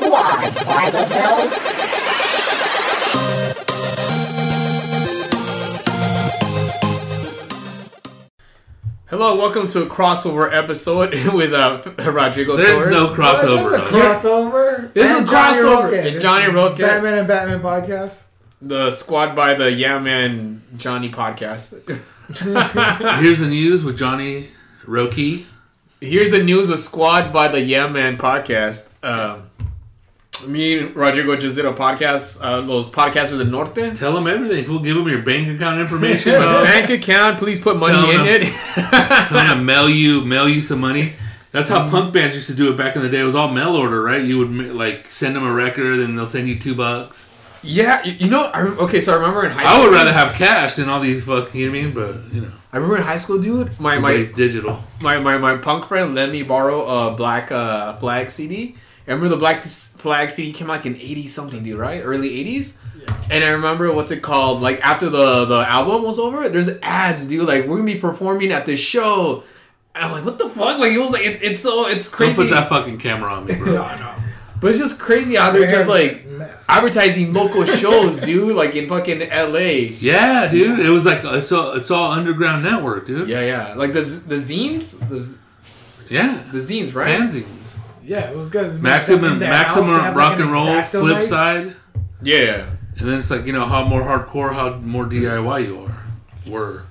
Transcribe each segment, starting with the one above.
God, why the hell? Hello, welcome to a crossover episode with uh, Rodrigo There's Torres. no crossover. This is a on it. crossover. This is a And Johnny crossover. Rocket. And This Johnny is Rocket. Batman and Batman podcast. the squad by the Yeah Man Johnny podcast. Here's the news with Johnny Roki. Here's the news with squad by the Yeah Man podcast. Um, me and Rodrigo just did a podcast, uh, those podcasts of the Norte. Tell him everything. We'll give him your bank account information. bro. Bank account, please put money Tell in them. it. Tell him to mail you, mail you some money. That's how punk bands used to do it back in the day. It was all mail order, right? You would ma- like send them a record, and they'll send you two bucks. yeah, you, you know, I, rem- okay, so I remember in high I school. would rather have cash than all these fucking. You know what I mean? But you know, I remember in high school, dude, my, my everybody's digital. my, my, my punk friend let me borrow a black uh, flag CD. I remember the black S- flag CD came out like in 80 something, dude, right? Early 80s? And I remember what's it called? Like after the, the album was over, there's ads, dude. Like we're gonna be performing at this show. And I'm like, what the fuck? Like it was like it, it's so it's Don't crazy, put that fucking camera on me, bro. I know. but it's just crazy out there, just like advertising local shows, dude. Like in fucking L.A. yeah, dude. It was like it's all it's all underground network, dude. Yeah, yeah. Like the z- the zines, the, z- yeah. the zines, right? Fanzines. yeah, it was good. Maximum, maximum rock and roll. Flip side. Yeah. And then it's like, you know, how more hardcore, how more DIY you are. Were.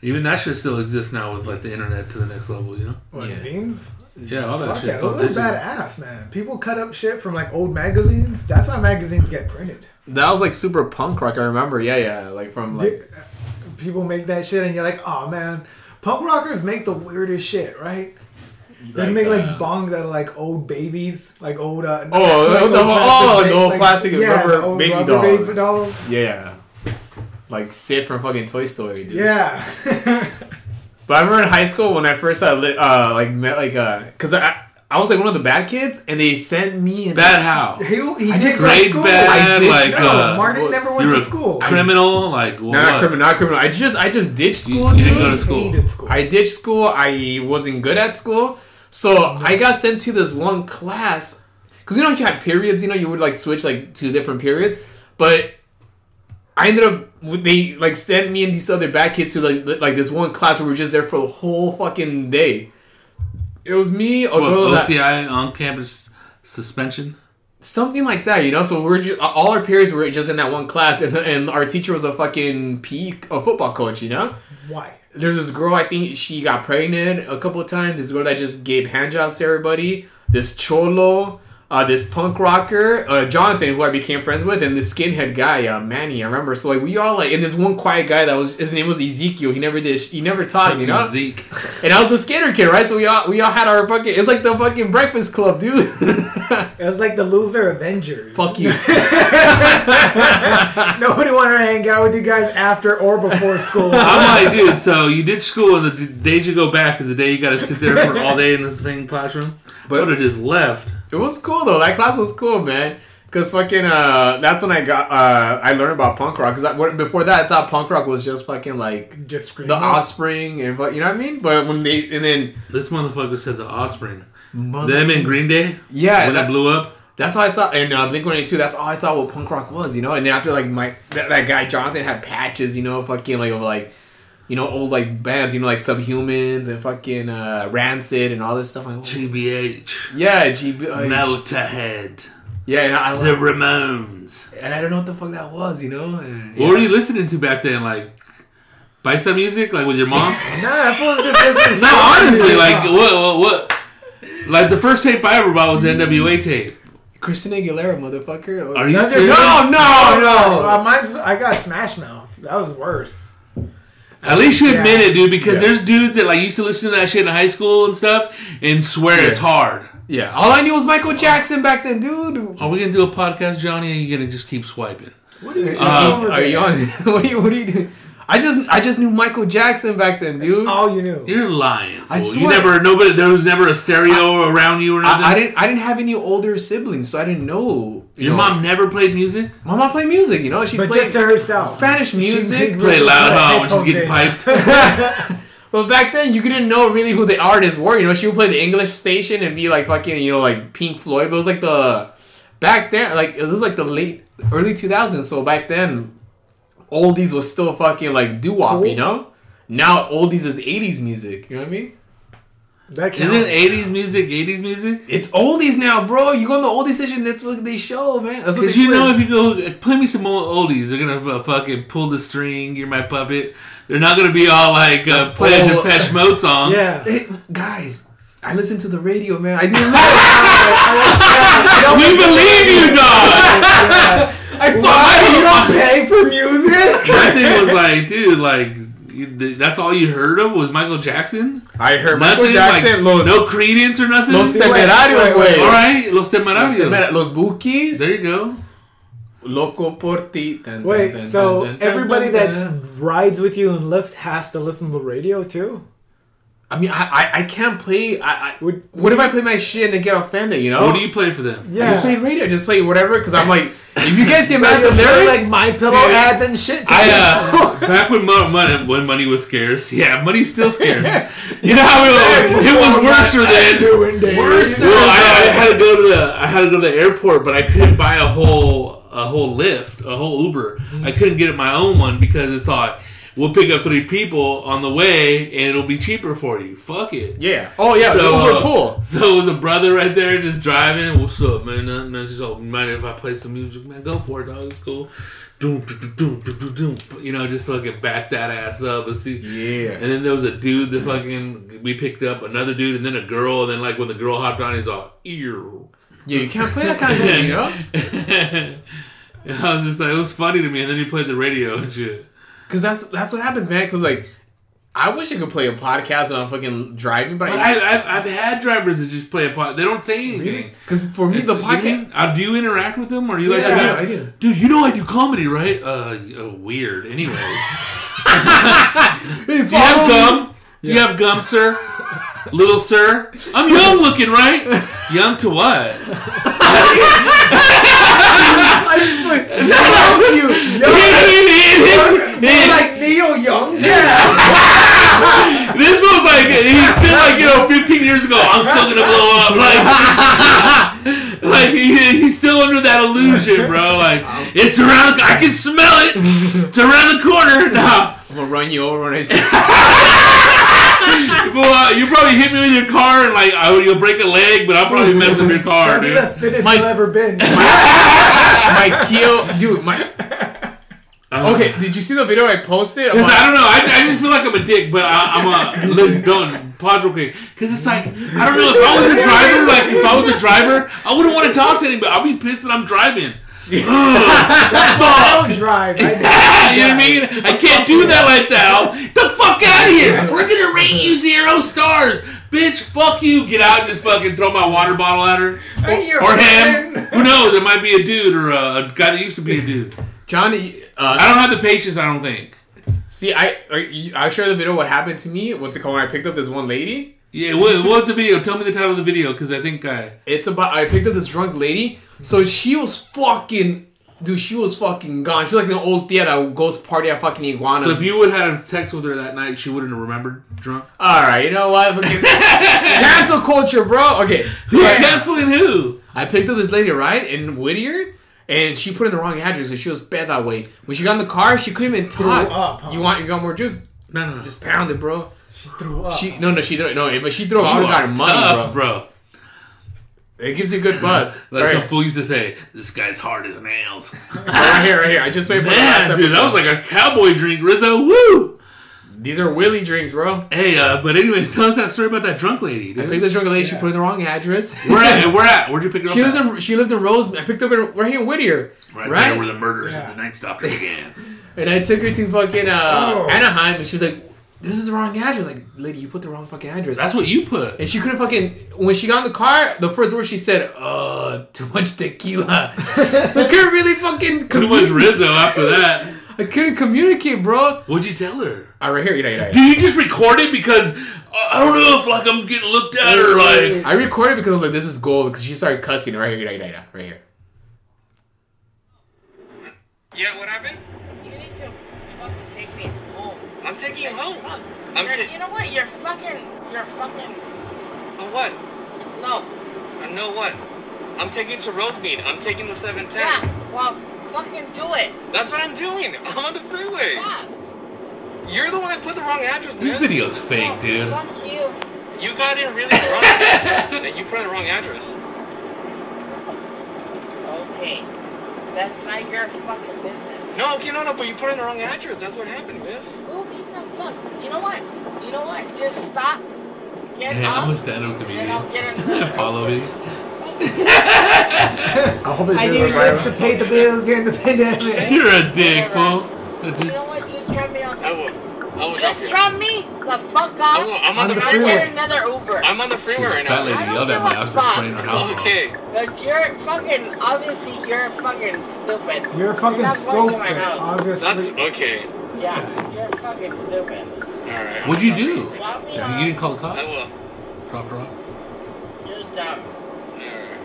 Even that shit still exists now with like the internet to the next level, you know? What, Yeah. zines? Yeah, all that Fuck shit. yeah, it's all those are digital. badass, man. People cut up shit from like old magazines. That's why magazines get printed. That was like super punk rock. I remember. Yeah, yeah. Like from like Dude, People make that shit, and you're like, oh man, punk rockers make the weirdest shit, right? They make like uh, bongs out of like old babies, like old. Uh, Oh, like, the- old the- oh, ba- the old plastic and rubber the old baby rubber dolls. baby dolls. yeah, like Sid from fucking Toy Story, dude. Yeah. But I remember in high school when I first uh, li- uh like met like uh because I I was like one of the bad kids and they sent me an Bad how? he, he I did just go to grade school. bad, I like, no, uh, Martin well, never went You're to a school. criminal? Like, well, not what? criminal, not criminal. I just I just ditched You, school. you dude. didn't go to He school. hated school. I ditched school. I wasn't good at school, so I got sent to this one class. Cause you know you had periods. You know you would like switch like to different periods, but I ended up they like sent me and these other bad kids to like like this one class where we were just there for the whole fucking day. It was me, a girl What, that- OCI on campus suspension? something like that, you know. So we're just all our periods were just in that one class, and, and our teacher was a fucking PE, a football coach, you know. Why? there's this girl I think she got pregnant a couple of times. This girl that just gave handjobs to everybody. This cholo, uh, this punk rocker, uh, Jonathan, who I became friends with, and this skinhead guy, uh, Manny. I remember. So like we all like, and this one quiet guy that was his name was Ezekiel. He never did. He never taught. You know. Zeke. And I was a skater kid, right? So we all we all had our fucking. It's like the fucking Breakfast Club, dude. It was like the loser Avengers. Fuck you. Nobody wanted to hang out with you guys after or before school. I'm like, dude, so you ditched school, and the d- days you go back is the day you got to sit there for all day in this fucking classroom. But I would have just left. It was cool though. That class was cool, man. Cause fucking uh, that's when I got uh, I learned about punk rock. Cause I, when- before that I thought punk rock was just fucking like Just screaming. the offspring and fu- you know what I mean. But when they and then This motherfucker said the offspring. Them in Green Day? yeah, When it that- blew up? that's how I thought. And uh, Blink One Eight Two, that's all I thought what punk rock was, you know. And then after like my that, that guy Jonathan had patches, you know, fucking like of like you know old like bands, you know, like Subhumans and fucking uh, Rancid and all this stuff. I'm like, GBH. yeah, GB. uh, Motorhead. yeah, and I, The Ramones. and I don't know what the fuck that was, you know. And, What were you listening to back then? Like, Bicep music? Like, with your mom? nah, that fool's just listening. no, honestly, like, what, what, what? Like, the first tape I ever bought was the NWA tape. Christina Aguilera, motherfucker. Are you Another- serious? No, no, Oh, no. Uh, mine's, I got Smash Mouth. That was worse. At least you admit Yeah. it, dude, because Yeah. there's dudes that, like, used to listen to that shit in high school and stuff and swear it's hard. Yeah, all I knew was Michael Jackson back then, dude. Are we going to do a podcast, Johnny, or are you going to just keep swiping? What are you Uh, doing with Are it? you on? what are you? What are you doing? I just, I just knew Michael Jackson back then, dude. I, All you knew. You're lying. I fool. swear. You never nobody there was never a stereo around you or nothing. I didn't, I didn't have any older siblings, so I didn't know. you know. Your mom never played music. my mom played music, you know. She But played just to herself. Spanish She music. made Play really loud, good huh? When she's getting headphone piped. But back then, you couldn't know really who the artists were. You know, she would play the English station and be like fucking, you know, like Pink Floyd. But it was like the back then, like it was like the late early 2000s. So back then, oldies was still fucking like doo wop, Cool. you know. Now oldies is 80s music. You know what I mean? That Isn't counts. '80s music '80s music? It's oldies now, bro. You go on the oldies station. That's what they show, man. That's what Because they you put. know, if you go play me some old oldies, they're gonna uh, fucking pull the string. You're my puppet. They're not gonna be all like uh, That's play a old. Depeche Mode song. yeah. Hey, guys, I listen to the radio, man. I do not. We believe you, dog. I fuck Why you my- don't pay for music? My thing was like, dude, like you- th- that's all you heard of was Michael Jackson. I heard Nothing, like, no credence or nothing. Los Wait, Temerarios, wait, wait. all güey. right, Los Los Temer- Temerarios. Los Bookies. There you go. Loco por ti. Dun, dun, Wait, dun, so dun, dun, everybody dun, dun, that dun. rides with you in Lyft has to listen to the radio too? I mean, I I, I can't play. I, I Would- what if I play my shit and they get offended? You know. What do you play for them? I Yeah. just play radio. I just play whatever. Cause I'm like, if you guys get So mad you're at the playing, lyrics, like my pillow Dude. ads and shit. to people? I, uh, back when mo- money, when money was scarce, yeah, money's still scarce. You know how it, was- it was worser then. Doing days. Worse. Well, I, I had to go to the I had to go to the airport, but I couldn't buy a whole a whole Lyft, a whole Uber. I couldn't get my own one because it's like we'll pick up three people on the way, and it'll be cheaper for you. Fuck it. yeah. Oh yeah, So, we were uh, cool. So it was a brother right there just driving. What's up, man? Nothing, man. Just oh, mind if I play some music, man? Go for it, dog. It's cool. Doom, doom, doom, doom, doom, doom. You know, just so I could back that ass up and see. Yeah. And then there was a dude that fucking we picked up another dude, and then a girl, and then like when the girl hopped on, he's all ear. Yeah, you can't play that kind of thing, you know. And I was just like, it was funny to me. And then he played the radio and shit. Cause that's that's what happens, man. Cause like, I wish I could play a podcast when I'm fucking driving, but, But I, I, I, I've had drivers that just play a pod. They don't say anything. Cause for me, the It's- podcast. you mean- uh, do you interact with them? Or you like? Yeah, "Dude, I do. Dude, you know I do comedy, right? Uh, uh, weird. Anyways, Hey, do you have follow me. gum? You have gum, sir. Little sir, I'm young looking, right? Young to what? Yo, yo, He- you're like Neil Young? Yeah. this was like he's still like you know 15 years ago. I'm still gonna blow up. Like, like he, he's still under that illusion, bro. Like it's around. I can smell it. It's around the corner. Nah. I'm gonna run you over when I see. Well, uh, you probably hit me with your car and like I would, you'll break a leg, but I'll probably mess up your car, You're the dude. thinnest Mike- you've ever been. my Keo, dude, my. Okay, did you see the video I posted? Cause Uh-huh. I about- don't know, I, I just feel like I'm a dick, but I, I'm a look, don't pause real quick. Cause it's like I don't know if I was a driver, like if I was a driver, I wouldn't want to talk to anybody. I'll be pissed that I'm driving. I Ugh, don't fuck. drive. I you know what I mean? I can't do that like that. I'll- The fuck out of here! We're gonna rate you zero stars, bitch. Fuck you. Get out and just fucking throw my water bottle at her. Hey, you're or him. thin. Who knows? It might be a dude or a, a guy that used to be a dude. Johnny. Uh, I don't have the patience. I don't think. see, I I- I showed the video what happened to me. What's it called? When I picked up this one lady. Yeah. What, what's the video? Tell me the title of the video because I think I. It's about I picked up this drunk lady. So she was fucking. Dude, she was fucking gone. She was like an old tia that goes party at fucking iguanas. So if you would have had sex with her that night, she wouldn't have remembered drunk. All right, you know what? Fucking- Cancel culture, bro. Okay, You're Like, canceling who? I picked up this lady right in Whittier, and she put in the wrong address, and she was bad that way. When she got in the car, she couldn't even talk. up, huh? You want you got more juice? No, no, no. Just pound it, bro. She threw up. She no no she threw no but she threw you all are got her money, tough, bro. bro. It gives you a good buzz. Like right. some fool used to say, "This guy's hard as nails." So right here, right here. I just made for the last Man, episode. dude, that was like a cowboy drink, Rizzo. Woo. These are Willy drinks, bro. Hey, uh, but anyways, tell us that story about that drunk lady, I dude. picked this drunk lady. She put in the wrong address. Where at? Where at? Where'd you pick her up? She at? lives in she lived in Rose. I picked up her. We're here in Whittier, right, right? there where the murders and the Night Stalker began. And I took her to fucking uh, Oh. Anaheim, and she was like, "This is the wrong address." Like, lady, you put the wrong fucking address. That's what you put. and she couldn't fucking. When she got in the car, the first word she said, "Uh, too much tequila." so I couldn't really fucking. Too commu- much Rizzo after that. I couldn't communicate, bro. What'd you tell her? All right, here, you know, you know, you Do you just record it because uh, I I don't know if like I'm getting looked at know. or like I recorded because I was like, "This is gold." Because she started cussing. Right here, you know, you know, you know, right here. Yeah, what happened? You need to fucking take me home. I'm taking you Fuck. home. I'm You're- ta- you know what? You're fucking. You're fucking. But what? No. I know what. I'm taking to Rosemead. I'm taking the 710. Yeah, well, fucking do it. That's what I'm doing. I'm on the freeway. Yeah. You're the one that put the wrong address. This man. video's fake, dude. Fuck you. You got in really wrong address. and you put in the wrong address. Okay. That's not your fucking business. No, okay, no, no, but you put in the wrong address. That's what happened, miss. Who gives a fuck? You know what? You know what? Just stop. Get Yeah, up. I'm a stand-up I'll get comedian. it. Follow me. I hope it I did need live to pay the bills during the pandemic. You're a dick, fool. you know what? Just drop me off. I will. I will drop Just you. drop me the fuck I will. off. I'm on On the the I'll freeway. freeway. get another Uber. I'm on the freeway right The fat now. lady yelled at my ass for spraying her house. Okay. Because you're fucking, obviously, you're fucking stupid. You're fucking not going to my stupid, house. That's obviously. okay. Yeah, you're fucking stupid. All right. What'd you do? Drop me You off. didn't call the I cops? will. Dropped her off? You're dumb. All right.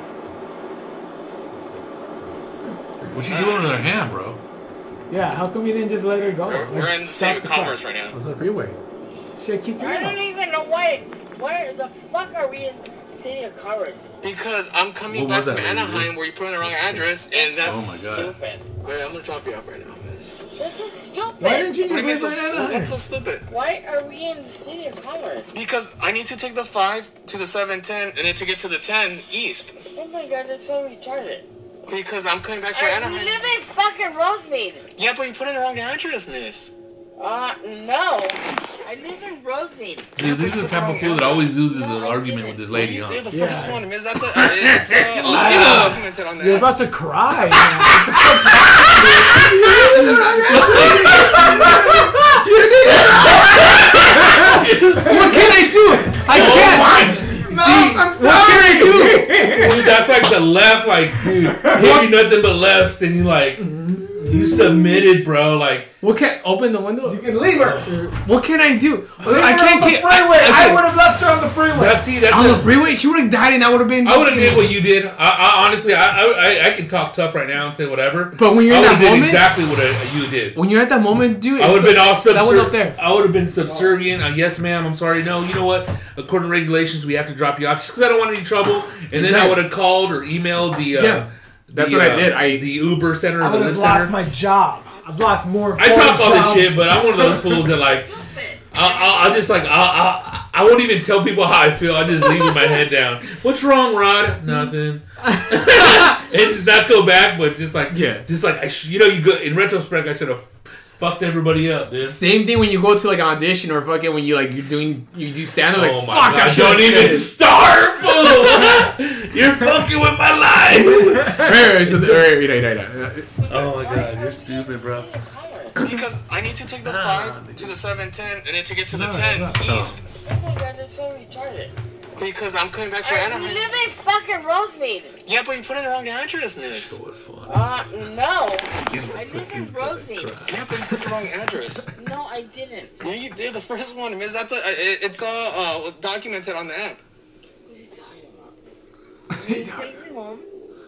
What you doing with her hand, bro? Yeah, how come you didn't just let her go? We're, we're Like, in the stop state of the car. commerce right now. was on the freeway. She had kicked her I don't out. even know why. Where the fuck are we in City of Covers? Because I'm coming What was back from that lady? Anaheim where you put in the wrong That's- address, and that's. Oh my god. Stupid. Wait, I'm gonna drop you off right now. miss. This is stupid. Why didn't you What just do you mean leave so her stupid? in That's so her? stupid. Why are we in the City of Commerce? Because I need to take the five to the seven ten, and then to get to the ten east. Oh my god, that's so retarded. Because I'm coming back from Are, we Anaheim. live in fucking Rosemead. Yeah, but you put in the wrong address, miss. Uh, no. I live in Rosemead. Dude, this is the type of fool that always loses an argument with this lady, You're huh? the Yeah. first one, miss. That's a, it's, uh, I'll documented on You're that. about to cry. man. What can I do? I can't. my! no, I'm sorry. Oh what can I do? Dude, that's like the left, like, dude, give you nothing but lefts, and you like, you submitted, bro. Like, What can open the window? You can leave her. What can I do? Leave I her can't. on the get- freeway. okay. I would have left her on the freeway. that's see, that's on a- the freeway. She would have died, and I would have been. I would have did what you did. I, I honestly, I, I, I- I can talk tough right now and say whatever. But when you're I in that would've did moment- exactly what I, you did. When you're at that moment, dude, I would it's- have been all subservient. That one up there. I would have been subservient. Uh, yes, ma'am. I'm sorry. No, you know what? According to regulations, we have to drop you off just because I don't want any trouble. And then I Exactly. would have called or emailed the. Uh, Yeah. That's the, what I uh, did. I- the Uber center I or the would have Lyft lost center. my job. I've lost more. I talk all this jobs. shit, but I'm one of those fools that like. Stupid. I, I, I just like I, I I won't even tell people how I feel. I just leave with my head down. What's wrong, Rod? Nothing. and just not go back, but just like Yeah. just like I sh- you know you go in retrospect. I should have fucked everybody up, dude. Same thing when you go to like an audition or fucking when you like you're doing you do stand up like oh my fuck I god! should've Don't even said it." start, fool. You're fucking with my life. Right, right, so- right, right, right, right, right. Oh my Why God, are you're we in stupid, bro. City of Commerce? Because I need to take the five to the seven ten, and then to get to the ten east. Oh my god, that's so retarded. Because I'm coming back from Are we Anaheim. live in fucking Rosemead. Yeah, but you put in the wrong address, miss. It was funny. Uh, no. I live in Rosemead. Yeah, but you put the wrong address. No, I didn't. Yeah, you did the first one, miss. That's a, it, it's all uh, documented on the app. What are you talking about? You take me home.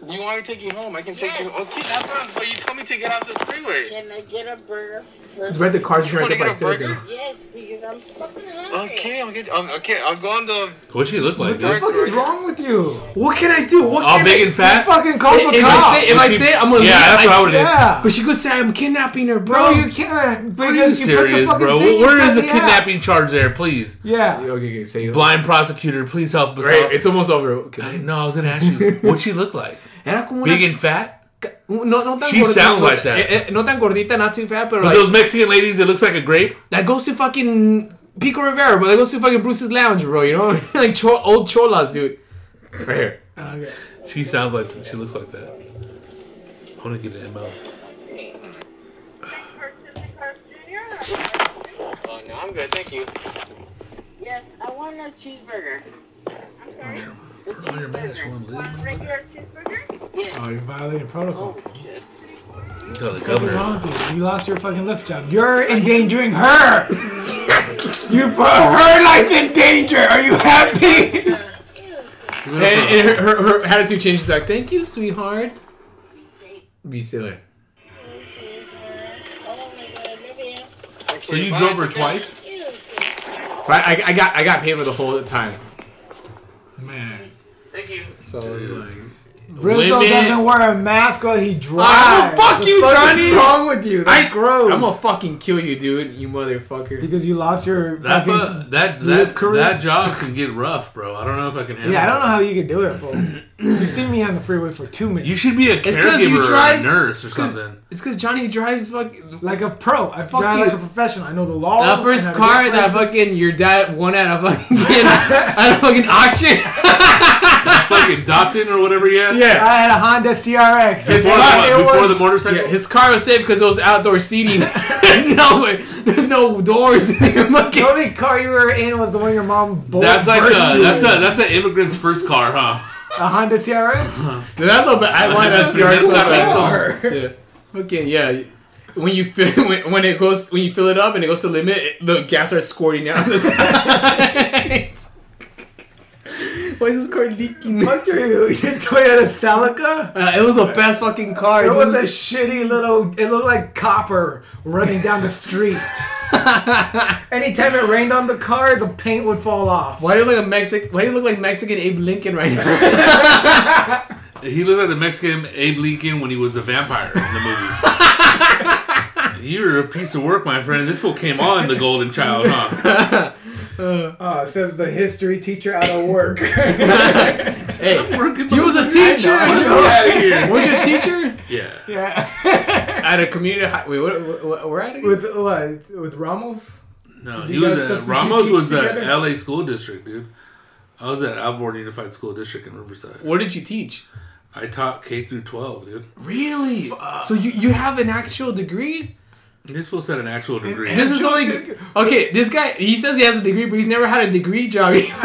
Do you want me to take you home? I can take Yes. you. Okay, that's what. But you told me to get off the freeway. Can I get a burger? It's First? right the car's right wanna there by get a Stadium. burger? Yes, because I'm fucking hungry. Okay, I'll get. Um, okay, I'll go on the. What she look like, What the dude? fuck is wrong with you? What can I do? What All can big I and You fat. fucking called the if cops. I say if I She- say I'm gonna Yeah, leave, that's what I would have did. yeah. But she could say I'm kidnapping her, Bro, bro. you can't. Are you serious, bro? Where is the kidnapping charge there, please? Yeah. okay, okay, say it. Blind prosecutor, please help us Right, out. it's almost over. I Okay. know. I was gonna ask you, what she look like? Era como una Big and fat? No, no tan She gorda- sounds no, like that. eh, eh, no tan gordita, not too fat, but But like, those Mexican ladies that looks like a grape? that goes to fucking Pico Rivera, bro. That goes to fucking Bruce's Lounge, bro. You know, like cho- old cholas, dude. Right here. Okay. She sounds like she looks like that. I wanna get an ML. Oh no, I'm good. Thank you. Yes, I want a cheeseburger. The your mask, you wanna live? cheeseburger. Regular cheeseburger? Yes. Oh, you're violating protocol. What's Tell the wrong governor. wrong with you? You lost your fucking lift job. You're endangering her. you put her life in danger. Are you happy? And, and her, her, her attitude changes. Like, thank you, sweetheart. Be silly. Oh my god, maybe I- So you drove her twice? Ew, But I, I got I got paid for the whole time. Man. Thank you. So it was like, Rizzo women. doesn't wear a mask or he Ah, drives. fuck you, fuck is Johnny. wrong with you? That's I- gross. I'm gonna fucking kill you, dude. You motherfucker. because you lost your That fucking. fu- that live that, career. that job can get rough, bro. I don't know if I can handle. yeah, I don't know that. how you could do it, fool. you see me on the freeway for two minutes. You should be a 'cause you caregiver, or a tried- nurse, or 'cause- something. It's because Johnny drives fucking. like oh, a pro. I Fuck drive you. like a professional. I know the law. That first car that fucking your dad won at a fucking at a fucking auction. Fucking Datsun or whatever he had. I had a Honda CRX. His Before, car- the, it before was- the motorcycle. Yeah, his car was safe because it was outdoor seating. there's no way. There's no doors. in your the fucking. only car you were in was the one your mom bought. that's like birthed a, you that's in. a that's an immigrant's first car, huh? a Honda CRX. Dude, that's a bad. I want that CRX That's so not a bad. car. Yeah. Fucking yeah. When you fill when, when it goes when you fill it up and it goes to limit, it, the gas starts squirting out the sides. Why is this car leaking? Uh, Fuck your, your Toyota Celica. it was the best fucking car. It dude. was a shitty little. It looked like copper running down the street. Anytime it rained on the car, the paint would fall off. Why do you look like a Mexican? Why do you look like Mexican Abe Lincoln right now? He looked like the Mexican Abe Lincoln when he was a vampire in the movie. You're a piece of work, my friend. This fool came on the Golden Child, huh? Uh, says the history teacher out of work. hey, Working he was a motherfucker. teacher. I Get out of here. Where's your teacher? Yeah. yeah. At a community. High, wait, what, what, what, where at again? With what? With Ramos? No, Did he you guys was at, substitute Ramos teach was at together? LA school district, dude. I was at Alborn Unified School District in Riverside. What did you teach? I taught K through 12, dude. Really? So you, you have an actual degree? This fool said an actual degree. This is the only okay. This guy he says he has a degree, but he's never had a degree job. yeah, you had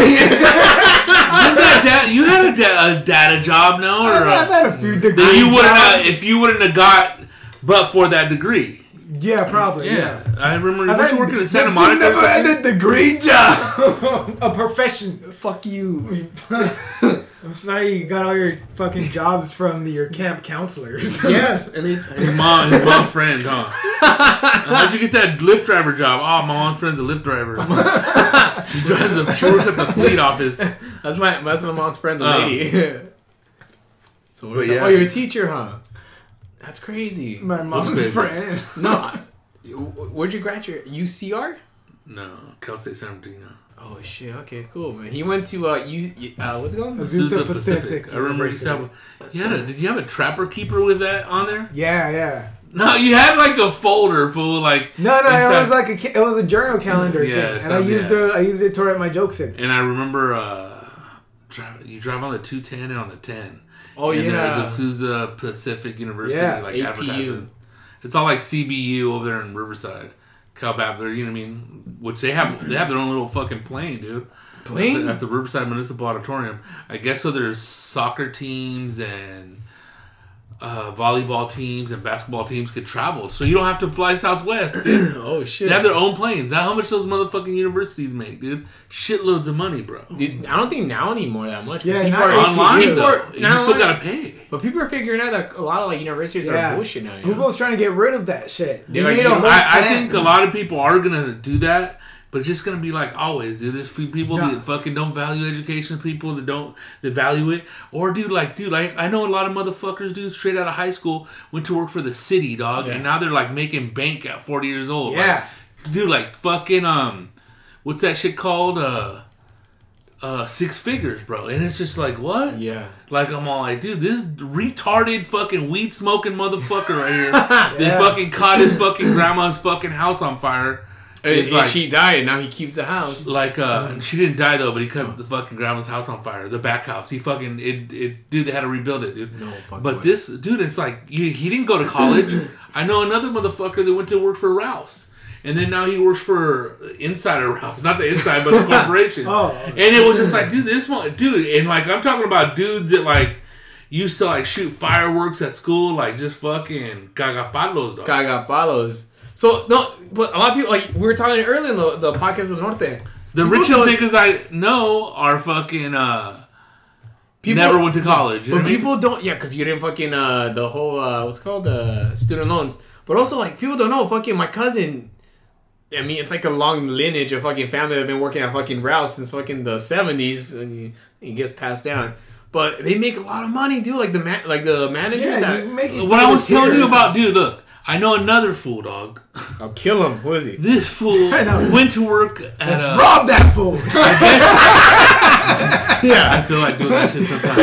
a, da- you had a, da- a data job, no? Or I've a, had a few degrees. you wouldn't have, if you wouldn't have got but for that degree. Yeah, probably. Yeah, Yeah. I remember. I've weren't you had- working in this Santa dude Monica? never had a degree job. a profession. fuck you. I'm sorry you got all your fucking jobs from your camp counselors. and then His mom, his mom's friend, huh? How'd you get that Lyft driver job? Oh, my mom's friend's a Lyft driver. she drives a, she works at the fleet office. that's my that's my mom's friend, the Oh. lady. so what was But that? yeah. Oh, you're a teacher, huh? That's crazy. My mom's crazy. friend. No, I- where'd you graduate? UCR. No, Cal State San Bernardino. Oh shit. Okay, cool, man. He went to uh, U, uh what's it called? Azusa Azusa Pacific. I remember you used to have. You had a, did you have a trapper keeper with that on there? Yeah, yeah. No, you had like a folder full of like. No, no, inside- it was like a ca- it was a journal calendar Yeah, thing, and I some- used yeah. it. I used it to write my jokes in. And I remember uh, drive, you drive on the two ten and on the ten. Oh and yeah. There's Azusa Pacific University Yeah, like APU. advertisement. It's all like CBU over there in Riverside. Cal Baptist, you know what I mean? Which they have they have their own little fucking plane, dude. Plane? at the, at the Riverside Municipal Auditorium. I guess so. There's soccer teams and uh, volleyball teams and basketball teams could travel, so you don't have to fly Southwest. Dude. oh shit. they have their own planes. That's how much those motherfucking universities make, dude. Shitloads of money, bro. Dude, I don't think now anymore that much. 'cause Yeah, people not are Online people though, are- you not still online. gotta pay. But people are figuring out that a lot of like universities Yeah. are bullshit now. You know? Google's trying to get rid of that shit. They're like, need a you- whole I, I plan. think a lot of people are gonna do that, but it's just gonna be like always, dude. There's few people Yeah. that fucking don't value education, people that don't that value it, or dude, like dude, like I know a lot of motherfuckers, dude, straight out of high school went to work for the city, dog, Yeah. and now they're like making bank at 40 years old. Yeah. like, dude, like fucking um, what's that shit called? Uh, uh, six figures, bro, and it's just like what? Yeah. Like I'm all like, dude, this retarded fucking weed smoking motherfucker right here. They Yeah. fucking caught his fucking grandma's fucking house on fire. And, It's like- she died, and now he keeps the house. Like uh, she didn't die though, but he cut the fucking grandma's house on fire. The back house. He fucking it. It dude, they had to rebuild it, dude. No fucking But way. this dude, it's like you, he didn't go to college. I know another motherfucker that went to work for Ralph's. And then now he works for Insider Ralph's, not the inside, but the corporation. Oh. and it was just like, dude, this one, dude, and like I'm talking about dudes that like used to like shoot fireworks at school, like just fucking cagapalos, dog. Cagapalos. So no, but a lot of people like we were talking earlier in the, the podcast of Norte. The People richest don't- niggas I know are fucking uh People never went to college. You know But what I mean? people don't, yeah, because you didn't fucking uh, the whole uh, what's it called uh, student loans. But also like people don't know. Fucking my cousin. I mean, it's like a long lineage of fucking family that have been working at fucking Rouse since fucking the seventies, and he- he gets passed down. But they make a lot of money, dude. Like the ma- like the managers Yeah, that you make it What I through was the telling you tears. about, dude. Look, I know another fool, dog. I'll kill him. Who is he? This fool I know. went to work at. uh, Let's a- rob that fool. I Yeah. feel like doing that shit sometimes.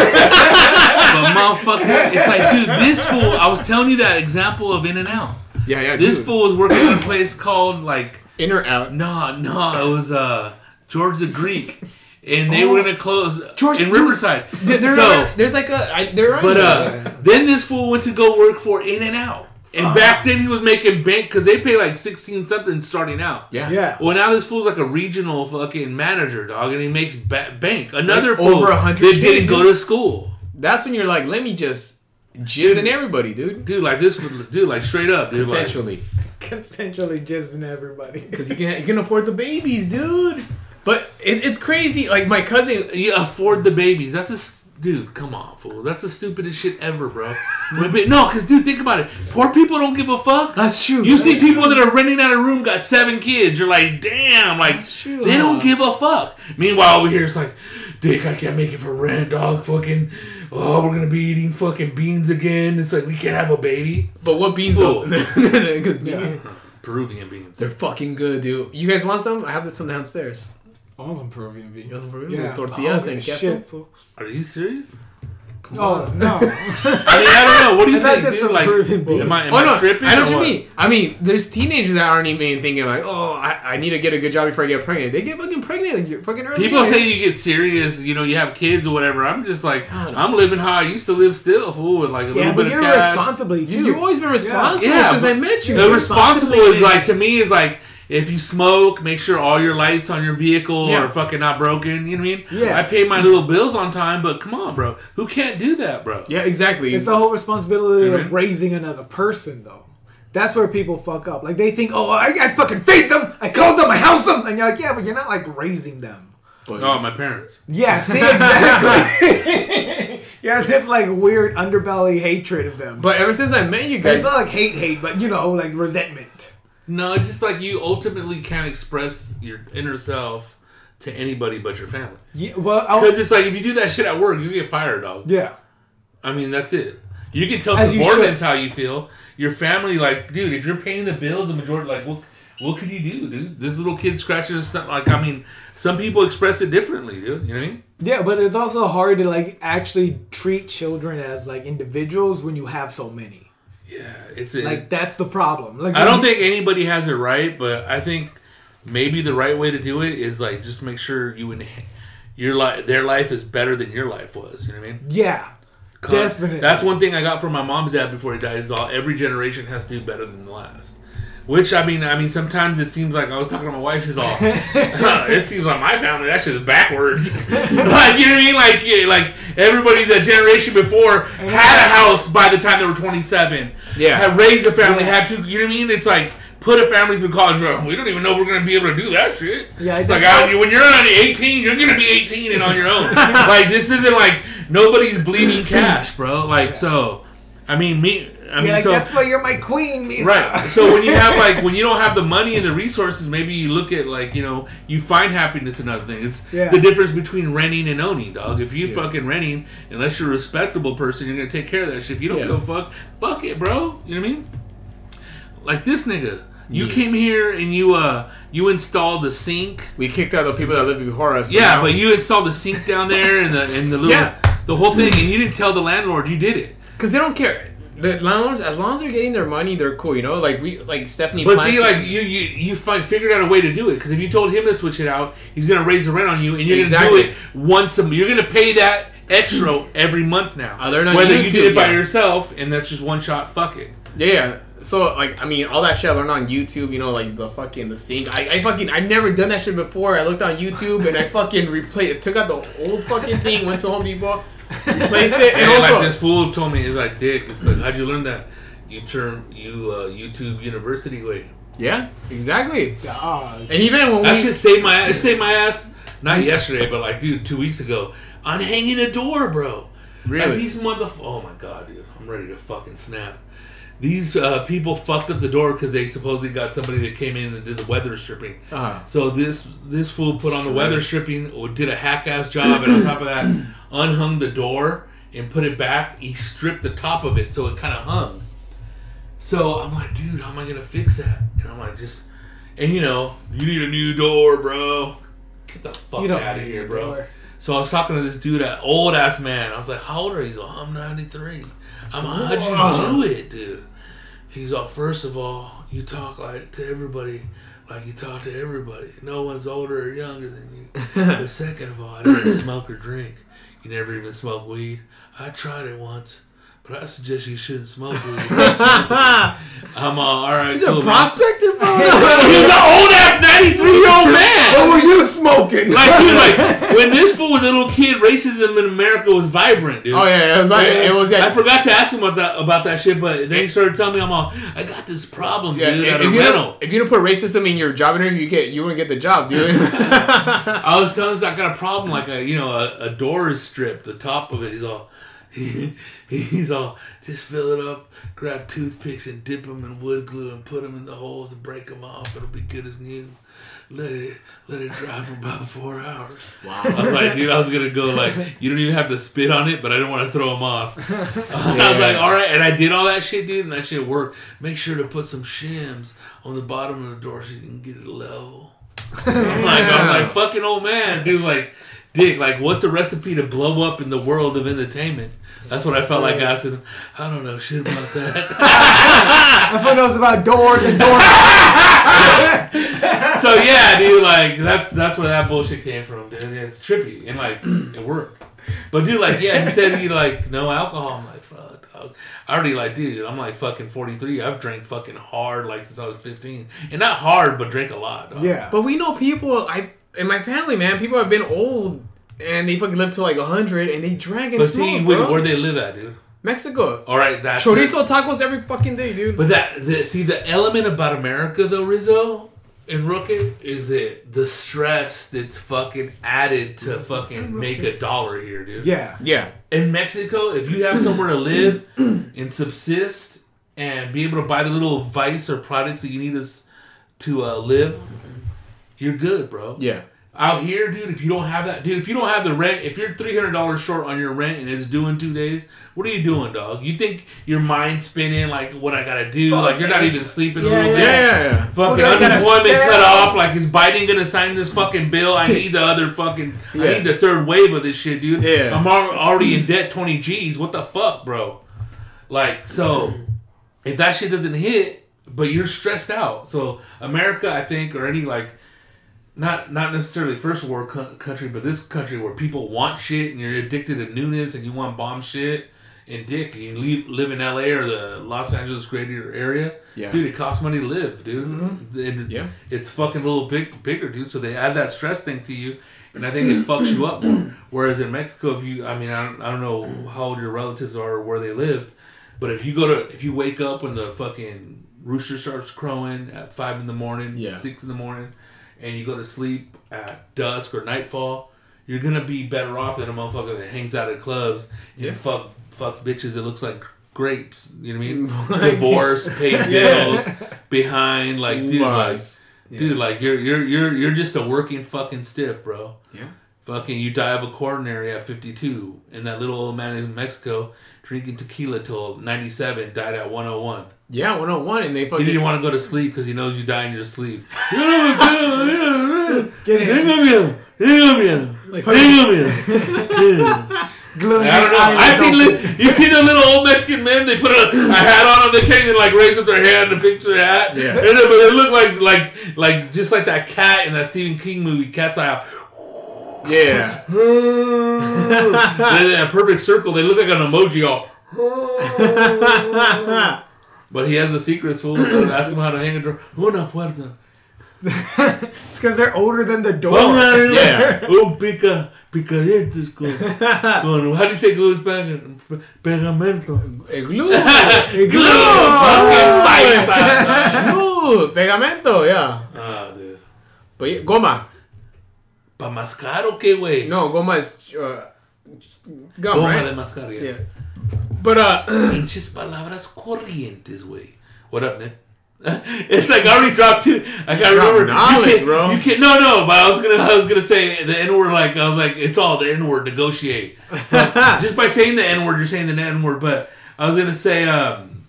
but motherfucker, it's like, dude, this fool. I was telling you that example of In and Out. Yeah, yeah. This dude. fool was working at a place called like in or out. Nah, nah, it was uh George the Greek, and they were gonna close Oh. George- in George- Riverside. There, there so, are, there's like a I, there are but uh, then this fool went to go work for In and Out, and Ah. back then he was making bank because they pay like sixteen something starting out. yeah yeah. Well, now this fool's like a regional fucking manager, dog, and he makes ba- bank. Another Like, fool over that 100K, didn't go dude. to school, that's when you're like let me just jizz in everybody dude dude. Like this, fool- dude, like straight up, dude. Like, essentially Consensually jizzing everybody. because you can you can afford the babies dude but it, it's crazy like my cousin you afford the babies. That's a s- dude. Come on, fool. That's the stupidest shit ever, bro. But- but- no, because dude, think about it. Poor people don't give a fuck. that's true You see people that are renting out a room got seven kids. You're like, damn, like true, they don't huh? give a fuck. Meanwhile, over here it's like, Dick, I can't make it for rent, dog. Fucking, oh, we're gonna be eating fucking beans again. It's like we can't have a baby. but what beans Cool. because Peruvian beans. they're fucking good dude you guys want some I have some downstairs I want some Peruvian beef. You want some Peruvian with tortillas Oh, and queso? Are you serious? Oh no! I mean, I don't know. What do you Is that think, just dude? a Like, Peruvian bean? am I, am oh I no tripping? I know or what you what? mean I mean there's teenagers that aren't even thinking like oh I, I need to get a good job before I get pregnant they get fucking pregnant like you're fucking early People say you get serious, you know, you have kids or whatever. I'm just like, I don't know. I'm living how I used to live still, fool, with like a yeah, little but bit of you're cash. responsibly too. you, you've always been responsible Yeah, since but- I met you The dude. responsible is like to me is like if you smoke, make sure all your lights on your vehicle Yeah. are fucking not broken. You know what I mean? Yeah. I pay my little bills on time, but come on, bro, who can't do that, bro? yeah exactly It's the whole responsibility Mhm. of raising another person, though. That's where people fuck up. Like they think, oh, I, I fucking feed them, I clothe them, I house them, and you're like, yeah, but you're not like raising them. Oh, my parents. Yeah, see, exactly. yeah, this like weird underbelly hatred of them. But But ever since I met you it's guys, not like hate, hate, but you know, like resentment. No, it's just like you ultimately can't express your inner self to anybody but your family. Yeah, well, I'll, Because it's like if you do that shit at work, you get fired, dog. yeah. I mean, that's it. You can tell As you subordinates how you feel. Your family, like, dude, if you're paying the bills, the majority, like, what, what could you do, dude? This little kid scratching his stuff. Like, I mean, some people express it differently, dude. You know what I mean? Yeah, but it's also hard to like actually treat children as like individuals when you have so many. Yeah, it's a, Like that's the problem. Like I don't think anybody has it right, but I think maybe the right way to do it is like just make sure you enha- your life, their life is better than your life was. You know what I mean? Yeah, Con- Definitely. That's one thing I got from my mom's dad before he died. Is all every generation has to do better than the last. Which I mean, I mean, sometimes it seems like I was talking to my wife. She's all, it seems like my family that shit's backwards. like you know what I mean? Like yeah, like everybody the generation before had a house by the time they were twenty seven. Yeah. had raised a family, had two. You know what I mean? It's like. Put a family through college. well, We don't even know if we're gonna be able to do that shit. Yeah, I it's like just- I, when you're on 18, you're gonna be 18 and on your own. like this isn't like nobody's bleeding cash, bro. Like so, I mean me. I mean You're like, so that's why you're my queen, Misa. right. So when you have like when you don't have the money and the resources, maybe you look at like you know you find happiness in other things. It's Yeah. the difference between renting and owning, dog. If you fucking renting, unless you're a respectable person, you're gonna take care of that shit. If you don't Yeah. give a fuck, fuck it, bro. You know what I mean? Like this nigga. You came here and you uh you installed the sink we kicked out the people that lived before us. yeah, know? but you installed the sink down there and the and the little Yeah. the whole thing, and you didn't tell the landlord you did it. because they don't care. The landlords, as long as they're getting their money, they're cool. You know, like we, like Stephanie. But Platt- see, like you you you fi- figured out a way to do it because if you told him to switch it out, he's gonna raise the rent on you, and you're Exactly. gonna do it once a m- You're gonna pay that extra every month now. I learned on Whether you did YouTube, it by yeah. yourself and that's just one shot, fuck it. yeah. So like, I mean, all that shit I learned on YouTube. You know, like the fucking the sink. I, I fucking I've never done that shit before. I looked on YouTube and I fucking replayed. Took out the old fucking thing. Went to Home Depot, replaced it, and And also like this fool told me, it's like Dick. It's like how'd you learn that? You term you uh, YouTube University way. yeah, exactly. Ah, And even when we That shit saved my it saved my ass. Not yesterday, but like dude, two weeks ago, unhanging a door, bro. Like Really? these motherf. Oh my god, dude. I'm ready to fucking snap. These uh, people fucked up the door because they supposedly got somebody that came in and did the weather stripping. Uh-huh. So this this fool put on the weather stripping, or did a hack ass job, and on top of that, unhung the door and put it back. He stripped the top of it, so it kind of hung. So I'm like, dude, how am I gonna fix that? And I'm like, just and you know, you need a new door, bro. Get the fuck You don't out of need here, a bro. door. So I was talking to this dude, an old ass man. I was like, how old are you? He's like, I'm 93. I'm like, how'd you do it, dude? He's all, first of all, you talk like to everybody, like you talk to everybody. No one's older or younger than you. but second of all, I don't smoke or drink. You never even smoke weed. I tried it once, but I suggest you shouldn't smoke weed. I'm all, all right. He's a cool, man." prospector, bro. He's an old ass 93 year old man. What were you smoking? Like, dude, like when this fool was a little kid, racism in America was vibrant, dude. oh yeah, it was like it was I yeah. forgot to ask him about that about that shit, but then he started telling me, "I'm all, I got this problem, Yeah, dude, at if, a if you rental." don't, if you don't put racism in your job interview, you get you wouldn't get the job, dude. I was telling him I got a problem, like a you know a, a door is stripped, the top of it. He's all, he's all, just fill it up, grab toothpicks and dip them in wood glue and put them in the holes and break them off. It'll be good as new. Let it let it dry for about four hours. Wow. I was like, dude, I was gonna go like, you don't even have to spit on it, but I didn't want to throw him off. I was like, all right, and I did all that shit, dude, and that shit worked. Make sure to put some shims on the bottom of the door so you can get it level. I'm like, I'm like fucking old man, dude. Like, dick. Like, what's a recipe to blow up in the world of entertainment? That's what I felt like asking him. I don't know shit about that. I thought it was about doors and doors. so yeah, dude. Like, that's that's where that bullshit came from, dude. Yeah, it's trippy and like it worked. But dude, like, yeah, he said he like no alcohol. I'm like, fuck. dog. I already like, dude. I'm like fucking 43. I've drank fucking hard like since I was 15, and not hard, but drink a lot. dog. yeah. But we know people. I in my family, man, people have been old and they fucking lived to like hundred and they drank and But see, smoked, wait, bro. where they live at, dude. Mexico. All right, that's it. Chorizo tacos every fucking day, dude. But that the, see the element about America though, Rizzo and Rookie, is it the stress that's fucking added to fucking make a dollar here, dude. Yeah. yeah, In Mexico, if you have somewhere to live and subsist and be able to buy the little vice or products that you need us to uh, live, you're good, bro. yeah. Out here, dude, if you don't have that, dude, if you don't have the rent, if you're three hundred dollars short on your rent and it's due in two days, what are you doing, dog? You think your mind's spinning like what I gotta do? like you're not even sleeping a Yeah, little Yeah, bit. yeah, yeah. Fucking What do I gotta unemployment sell? cut off. Like is Biden gonna sign this fucking bill? I need the other fucking. I Yeah. need the third wave of this shit, dude. Yeah. I'm al- already in debt twenty G's. What the fuck, bro? Like so, if that shit doesn't hit, but you're stressed out. So America, I think, or any like not not necessarily first world co- country, but this country where people want shit and you're addicted to newness and you want bomb shit and dick and you leave, live in L.A. or the Los Angeles greater area. Yeah. Mm-hmm. dude, it costs money to live, dude. It- Yeah. it's fucking a little big bigger, dude. So they add that stress thing to you. And I think it fucks you up more. Whereas in Mexico, if you, I mean, I don't, I don't know how old your relatives are or where they live, but if you go to, if you wake up when the fucking rooster starts crowing at five in the morning, Yeah. six in the morning, and you go to sleep at dusk or nightfall, you're gonna be better off than a motherfucker that hangs out at clubs and fuck fucks bitches that looks like grapes. You know what I mean? Divorce, paid bills, behind, like dude, like, Was. dude, like you're you're you're you're just a working fucking stiff, bro. Yeah. Fucking, you die of a coronary at 52, and that little old man in Mexico drinking tequila till 97 died at 101. Yeah, 101, and they He fucking. didn't want to go to sleep because he knows you die in your sleep. Dígame, Get in. dígame, dígame. Glue I don't know. I've seen li- you see the little old Mexican men. They put a, a hat on them. They can't even like raise up their hand to fix their hat. Yeah. And then, but they look like like like just like that cat in that Stephen King movie, Cat's Eye. Out. yeah. They're in a perfect circle. They look like an emoji. All. But he has the secrets. We'll ask him how to hang a door. Una puerta. It's because they're older than the door. Una, Yeah. Oh, Un pica, picadientes con, con, how do you say glue in Spanish? Pegamento. Eh, Glue. glue! Fucking Oh. fight side. Glue. Pegamento, yeah. Ah, dude. But yeah, goma. Pa mascar o qué, güey? No, goma is. Uh, gum, Goma right? de mascar, yeah. Yeah. But uh, Pinches palabras corrientes, güey. What up, man? It's like I already dropped two. I gotta Drop remember. knowledge, you can't, bro. You can't. No, no. But I was gonna. I was gonna say the N word. Like I was like, it's all the N word. Negotiate. Just by saying the N word, you're saying the N word. But I was gonna say. um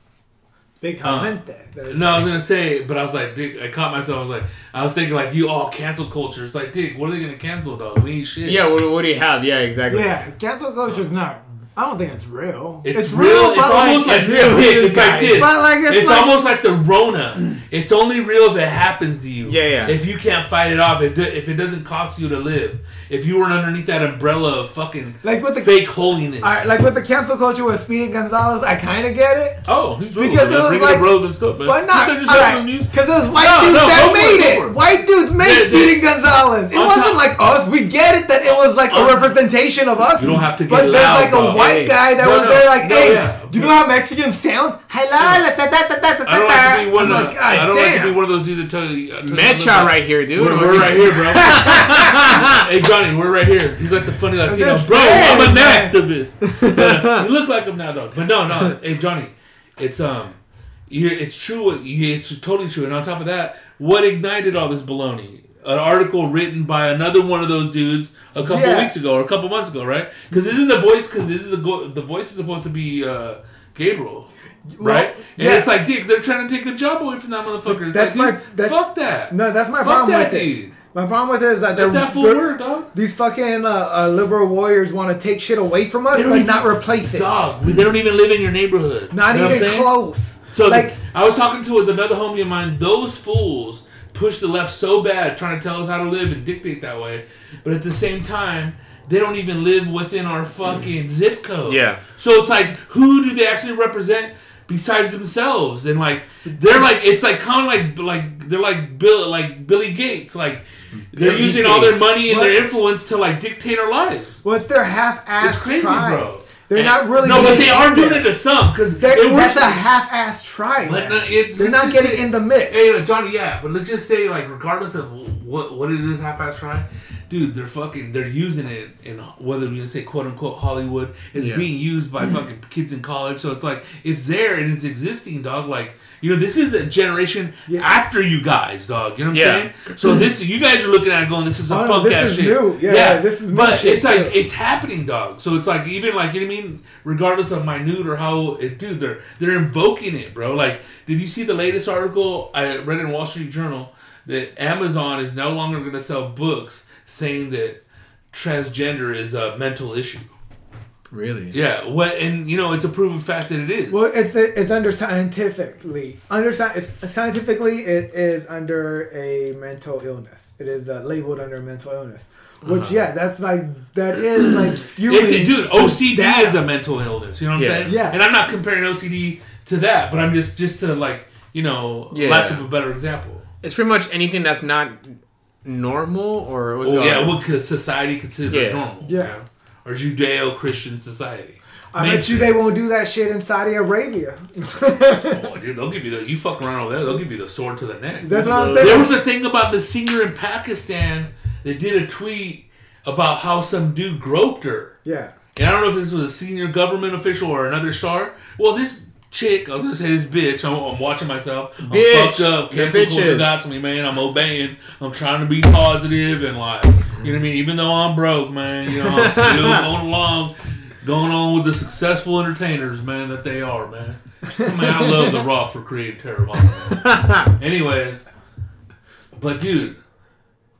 Big comment there. There's- Uh, No, I was gonna say, but I was like, dude, I caught myself. I was like, I was thinking like, you all cancel culture. It's like, dude, what are they gonna cancel, dog? We ain't shit. yeah, what, what do you have? Yeah, exactly. Yeah, cancel culture's not. I don't think it's real. It's, real. it's almost like, it's real. real, It's, guys. like this. But, like, it's it's like- almost like the Rona. It's only real if it happens to you. Yeah, yeah. If you can't fight it off, it do, if it doesn't cost you to live, if you weren't underneath that umbrella of fucking Like with the- fake holiness. All right, like with the cancel culture with Speedy Gonzalez, I kind of get it. oh, he's real. Because it was Bringing up like- road and stuff, man. Why not? They're Because just having news. it was white No, dudes no, that go for it, made go it. for it. White dudes made Yeah, Speedy yeah. Gonzalez. It On wasn't top- like us. We get it that it was like a On- representation of Oh. us. You don't have to get But there's loud, like a bro. white Hey. guy that No, was no, there like, no, hey, yeah. do you know how Mexicans sound? Hello, let's da- da- da- da- da- I don't like to be da." one. I'm Of, like, God I don't like to be damn. one of those dudes that tell you. tell you Matcha nothing. right here, dude. We're, we're right here, bro. hey, Johnny, we're right here. He's like the funny Latino. just Bro, saying, I'm an man. activist. But, uh, you look like him now, dog. But no, no. Hey, Johnny, it's um, you it's true. what you- It's totally true. And on top of that, what ignited all this baloney? An article written by another one of those dudes a couple Yeah. weeks ago or a couple months ago, right? Because isn't the voice? Because isn't the go- the voice is supposed to be uh, Gabriel. Right, and yeah. it's like, Dick, they're trying to take a job away from that motherfucker. It's That's like, my- dude, that's- fuck that. No, that's my Fuck problem that with it. dude. My problem with it is that they're, Let that fool they're- word, dog. these fucking uh, uh, liberal warriors want to take shit away from us, They don't but even- not replace it. Dog, we- they don't even live in your neighborhood. Not You know what I'm even saying? close. So like, th- I was talking to another homie of mine. Those fools push the left so bad, trying to tell us how to live and dictate that way. But at the same time, they don't even live within our fucking zip code. Yeah. So it's like, who do they actually represent besides themselves? And like, they're like, it's like kind of like like they're like Bill like Billy Gates. Like they're Billy using all their Gates. money and What? their influence to like dictate our lives. well, it's their half-assed It's crazy, tribe. bro. They're And- not really. No, but they getting are in doing there. it to some because They're- it works. that's a half-assed try. But man. no, it- They're let's not just getting say- in the mix. Hey, look, Johnny, yeah, but let's just say, like, regardless of what what it is, half ass trying, dude, they're fucking, they're using it in whether we gonna say quote unquote Hollywood, it's Yeah. being used Mm-hmm. by fucking kids in college, so it's like it's there and it's existing, dog. Like, you know, this is a generation Yeah. after you guys, dog. You know what I'm Yeah. saying? So this, you guys are looking at it going, this is a Oh, no, punk this ass is shit. new. Yeah, yeah, this is new but shit, it's like too. it's happening, dog. So it's like even like you know what I mean, regardless of minute or how it, dude, they're they're invoking it, bro. Like, did you see the latest article I read in Wall Street Journal that Amazon is no longer going to sell books saying that transgender is a mental issue? Really? Yeah, what and you know it's a proven fact that it is. Well, it's it's under scientifically under sci- it's, scientifically it is under a mental illness. It is uh, labeled under mental illness, Uh-huh. which yeah, that's like that is like skewing. It's a, dude, OCD is a mental illness. You know what I'm Yeah. saying? Yeah. And I'm not comparing OCD to that, but I'm just just to like you know Yeah. lack of a better example. It's pretty much anything that's not normal or what's Well, going Oh, yeah, on. what could society considers Yeah. normal? Yeah. you know? Or Judeo-Christian society. I bet you they won't do that shit in Saudi Arabia. Oh, dude, they'll give you the you fuck around over there. They'll give you the sword to the neck. That's what I'm There saying. was a thing about the singer in Pakistan that did a tweet about how some dude groped her. Yeah, And I don't know if this was a senior government official or another star. Well, this chick, I was gonna say this bitch. I'm, I'm watching myself. I'm Bitch. fucked up. The Cancel culture bitches. got to me, man. I'm obeying. I'm trying to be positive and like, you know what I mean. Even though I'm broke, man, you know, I'm still going along, going on with the successful entertainers, man, that they are, man. Man, I love the Raw for creating terrible. Anyways, but dude, what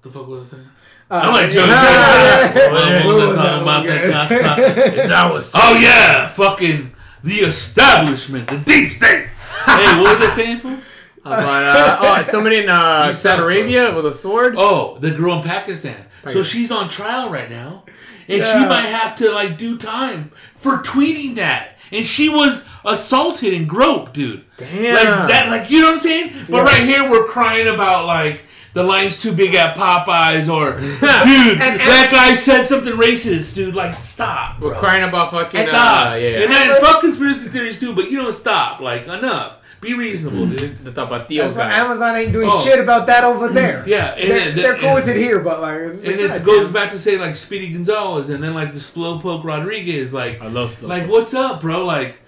the fuck was I saying? Uh, I'm like Joe. yeah. What was I talking about? That cocksucker. As I was Oh yeah, fucking the establishment, the deep state. hey, what was that saying for? But, uh, oh, it's somebody in uh, You suck, Saudi bro. Arabia with a sword. Oh, the girl in Pakistan. So she's on trial right now, and she Yeah. might have to like do time for tweeting that. And she was assaulted and groped, dude. Damn. Like that, like you know what I'm saying? But right here, we're crying about like the line's too big at Popeyes, or dude, that guy said something racist, dude. Like, stop, We're bro. crying about fucking. stop. Uh, yeah. And then fuck conspiracy theories too, but you don't stop. Like, enough. Be reasonable, dude. the Tapatio That's why guy. Amazon ain't doing Oh. shit about that over there. Yeah, and they're, then- they're cool and- with it here, but like, it's And it goes back to say like Speedy Gonzalez, and then like the slowpoke Rodriguez, like I love slow. like what's up, bro? Like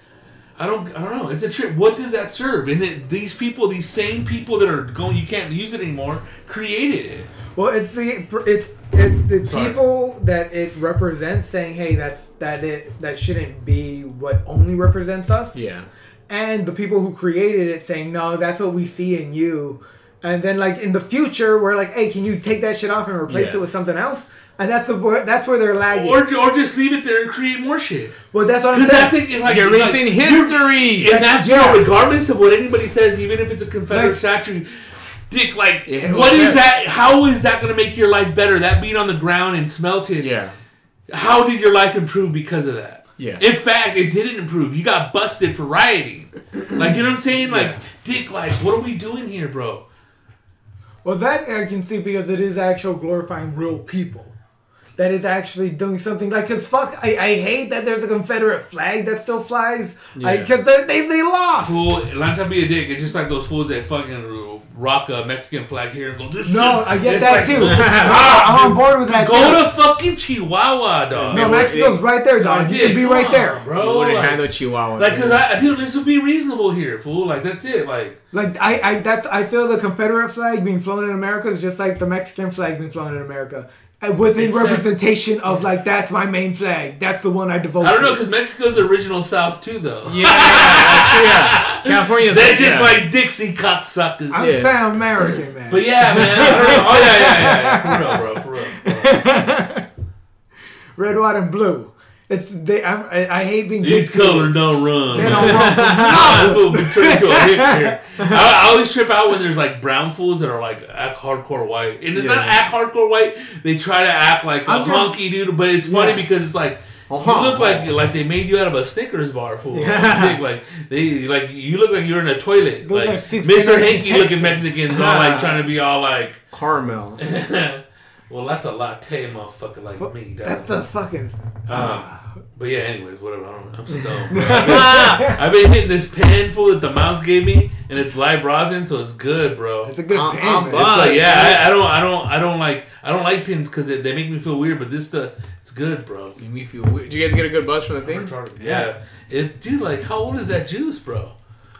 I don't I don't know. It's a trip. What does that serve? And it, these people, these same people that are going, you can't use it anymore, created it. Well, it's the it's it's the Sorry. people that it represents saying, "Hey, that's that it that shouldn't be what only represents us." yeah. and the people who created it saying, "No, that's what we see in you," and then like in the future, we're like, "Hey, can you take that shit off and replace Yeah. it with something else?" And that's the wor- that's where they're lagging. Or, or just leave it there and create more shit. well, that's what I'm Because that's saying. the, like You're like, erasing you're- history. and that's you Yeah. know, regardless of what anybody says, even if it's a Confederate Like- statue, Dick, like, Yeah, what well, is yeah. that? How is that going to make your life better? That being on the ground and smelted, Yeah. How did your life improve because of that? Yeah. In fact, it didn't improve. You got busted for rioting. Like you know what I'm saying? Like Yeah. Dick, like what are we doing here, bro? well, that I can see because it is actual glorifying real people. That is actually doing something like, cause fuck, I, I hate that there's a Confederate flag that still flies, I Yeah. cause they they they lost. Fool, I'm trying to be a dick. It's just like those fools that fucking rock a Mexican flag here and go. This No, is- I get it's that like, too. fool, stop, I'm on dude. board with that Go too. to fucking Chihuahua, dog. no, Mexico's right there, dog. You can Dick, be come right on, there. bro. wouldn't Like, handle Chihuahua. like, cause I, dude, this would be reasonable here, fool. Like, that's it. Like, Like I, I that's I feel the Confederate flag being flown in America is just like the Mexican flag being flown in America, Uh, with the Except- representation of like that's my main flag, that's the one I devote. I don't to. know, because Mexico's the original South too, though. yeah, yeah, yeah. California's They're just yeah. like Dixie cocksuckers. I'm Yeah. saying I'm American man. But yeah, man. I don't know. Oh yeah, yeah, yeah, yeah. For real, bro. For real. For real. Red, white, and blue. It's they. I'm, I, I hate being. These dictated. colors don't run. They man. don't run from Nah, fool, we turned into a hick here. I, I always trip out when there's like brown fools that are like act hardcore white, and it's Yeah. not act hardcore white. They try to act like a I'm just- honky dude, but it's funny Yeah. because it's like. Uh-huh. You look like like they made you out of a Snickers bar, fool. Like, they like you look like you're in a toilet. Those like are sixth Mr. generation Hanky looking Texans. Mexicans, all like trying to be all like, Carmel. well, that's a latte, motherfucker, like me. dog. That's the fucking. Um, but yeah, anyways, whatever. I don't know. I'm stoned. bro. I've been hitting this pen full that the mouse gave me, and it's live rosin, so it's good, bro. It's a good I'm- pen. I'm man. bummed. It's like, nice, yeah, I, I don't, I don't, I don't like, I don't like pins because they, they make me feel weird. But this, the, it's good, bro. Made me feel weird. Did you guys get a good buzz from the thing? Retarded. Yeah, it, dude. Like, how old is that juice, bro?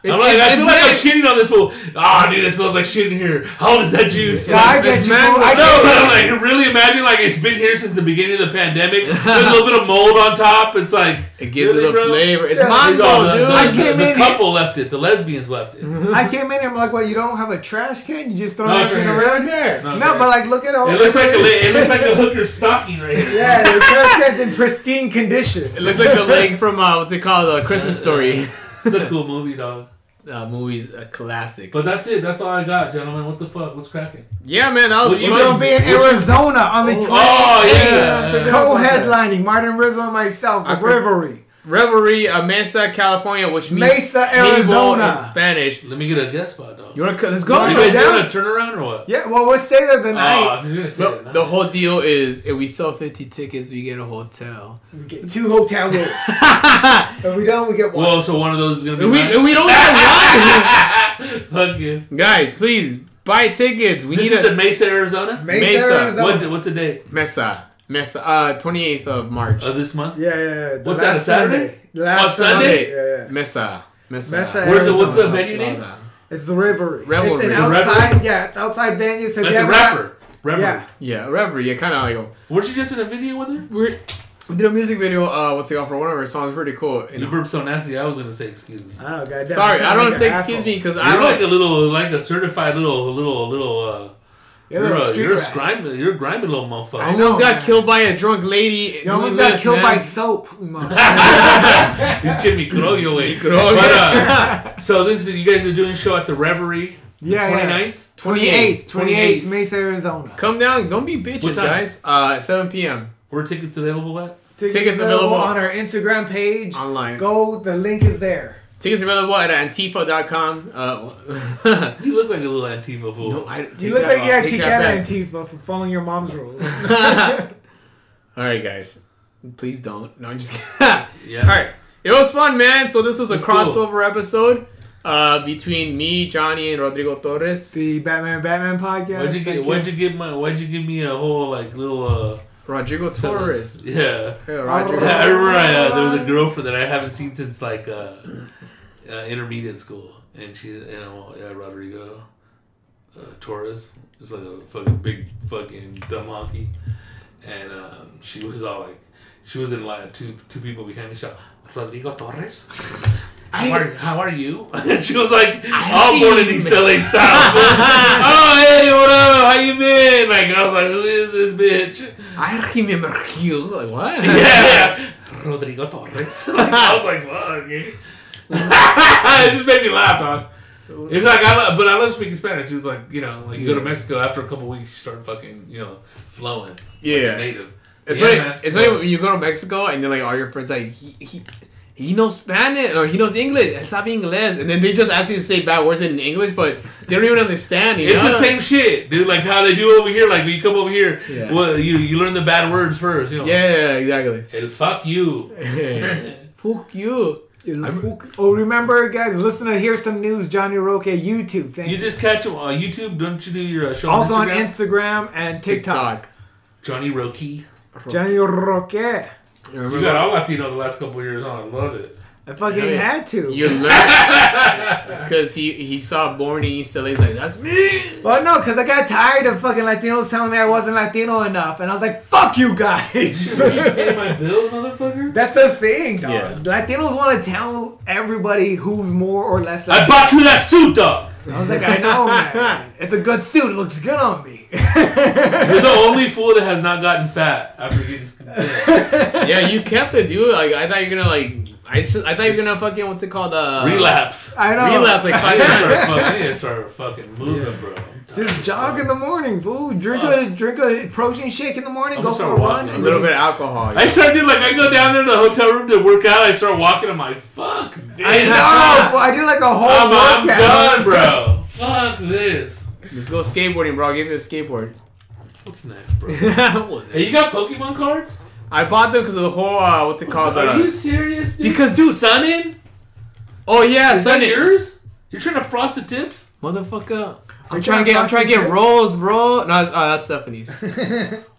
It's- I'm like, it's- I feel it's like I'm nice. shitting on this fool. Ah, dude, it smells like shit in here. How old is that juice? Yeah, I get It's you. man- fool. I No, get but like really imagine like it's been here since the beginning of the pandemic. There's a little bit of mold on top. It's like It gives really, it a bro? flavor. It's Yeah, It's all the, mango, dude. the- I came the in- couple left it. The lesbians left it. you. I came in. I'm like, well, you don't have a trash can. You just throw No, it's everything right here. around there. No, No, it's right but like, look at Oh, all. It looks like a li- it looks like a hooker stocking right here. Yeah, the trash can's in pristine condition. It looks like the leg from uh, what's it called? A Christmas Story. It's a cool movie, dog. uh, movie's a classic. But that's it. That's all I got, gentlemen. What the fuck? What's cracking? yeah, man, I was. Well, you We're gonna be in Would you- Arizona on the 28th. Oh yeah. Co-headlining Martin Rizzo and myself, The Okay. Rivalry. Revelry, uh, Mesa, California, which means Mesa, table Arizona. in Spanish. Let me get a guest spot, dog. You wanna co- let's go? Right. you guys doing a turnaround or what? Yeah, well, we'll stay there the Oh, night. I was gonna say The, that. the whole deal is if we sell fifty tickets, we get a hotel. We get two hotel rooms. if we don't, we get one. Whoa, so one of those is gonna be. If we, mine? if we don't get one, Fuck you. guys, please buy tickets. We This need is a in Mesa, Arizona. Mesa, Mesa. Arizona. What, what's the date Mesa, Mesa, uh, twenty eighth of March. of Uh, this month? yeah, yeah, yeah. The What's that, a last Saturday? The last Oh, Sunday. Sunday? Yeah, yeah. Mesa, Mesa. Mesa, Where's the, what's the Arizona. venue name? It's The Rivalry. It's Revelry. an The outside, Revelry? yeah, it's outside venue. So Like if you the ever- rapper. Rapper. Yeah. Yeah, Revelry. Yeah, kind of like Weren't you just in a video with her? we're. We did a music video. Uh, what's it called for one of our songs? Pretty cool. You And burped so nasty. I was gonna say excuse me. Oh, goddamn. Sorry, you sound I don't like say an excuse asshole. me because I You're don't. like a little, like a certified little, little, little. uh You're You're a a, street you're a rat. grimy, you're a grimy little motherfucker. I almost know, got man. killed by a drunk lady. You almost got killed by soap. you motherfucker. You Jimmy Croyo way. Croyo. But, uh, so this is you guys are doing a show at the Reverie. yeah, Twenty yeah. ninth. 28th, 28th, 28th. Mesa, Arizona. Come down. Don't be What bitches, time? guys. Uh, 7 p.m. Were tickets available at? Tickets, Tickets available available. on our Instagram page. Online. Go, the link is there. Tickets available at antifa.com. Uh, You look like a little Antifa fool. no, I take You look that like off. you got Take kicked that out back. of Antifa for following your mom's rules. All right, guys. Please don't. No, I'm just kidding. Yeah. All right. It was fun, man. So this was a It was cool. crossover episode uh, between me, Johnny, and Rodrigo Torres. the Batman Batman podcast. Why'd you, thank give, why'd you give my? Why'd you give me a whole like little uh? Rodrigo Torres. Yeah. Hey, Rodrigo. I remember I, uh, there was a girlfriend that I haven't seen since like uh, uh intermediate school, and she and uh, yeah, Rodrigo uh, Torres was like a fucking big fucking dumb monkey, and um, she was all like, she was in line two two people behind me. She was like, Rodrigo Torres. How are, how are you? And she was like, all morning East LA style. fool." oh, hey, what up? How you been? Like, I was like, who is this bitch? I remember you. Like, what? yeah. Rodrigo Torres. Like, I was like, fuck. eh. it just made me laugh, dog. It's like I love, but I love speaking Spanish. It's like you know, like you go to Mexico after a couple weeks, you start fucking you know flowing. like a Yeah. native. It's Yeah, funny. man. It's funny when you go to Mexico and then like all your friends like he he. He knows Spanish or he knows English. It's not English, and then they just ask you to say bad words in English, but they don't even understand. You It's know? the same shit, dude. Like how they do over here. Like when you come over here, Yeah. well, you you learn the bad words first. You know, Yeah, exactly. El fuck you. Fuck you. you. oh, remember, guys, listen to hear some news. Johnny Roque YouTube. Thank You you. just catch them on YouTube. Don't you do your uh, show also on Instagram? on Instagram and TikTok. TikTok. Johnny Roki. Johnny Roque. I Remember You got all Latino the last couple years on. I love it. fucking Hell yeah. had to. You learned. it's because he he saw Born in East LA. He's like, that's me. Well, no, because I got tired of fucking Latinos telling me I wasn't Latino enough, and I was like, "Fuck you guys." Can you pay my bills, motherfucker? That's the thing, dog. Yeah. Latinos want to tell everybody who's more or less. I Latino. bought you that suit, dog. I was like, I know, man. It's a good suit. It looks good on me. You're the only fool that has not gotten fat after getting. Uh, skinny. yeah, you kept it, dude. Like I thought you were gonna like I, s- I thought you were gonna fucking what's it called uh Relapse. I know. relapse like I five need to times. start fucking, I need to start fucking moving, bro. Just jog in the morning, fool. Drink a drink a protein shake in the morning. I'm go gonna for start a run. walking. A little bit of alcohol. I started doing like I go down there to the hotel room to work out. I start walking. I'm like, fuck. This. I know. fool. I do like a whole I'm, I'm workout. done, bro. Fuck this. Let's go skateboarding, bro. I'll give you a skateboard. What's next, bro? hey, you got Pokemon cards? I bought them because of the whole uh, what's it called? Are you Uh, serious, dude? because, dude- Sunin. oh yeah, Is that Sunday. yours? You're trying to frost the tips? Motherfucker. I'm you trying to get I'm trying trying to to get get- rolls, bro. No, that's- oh, that's Stephanie's.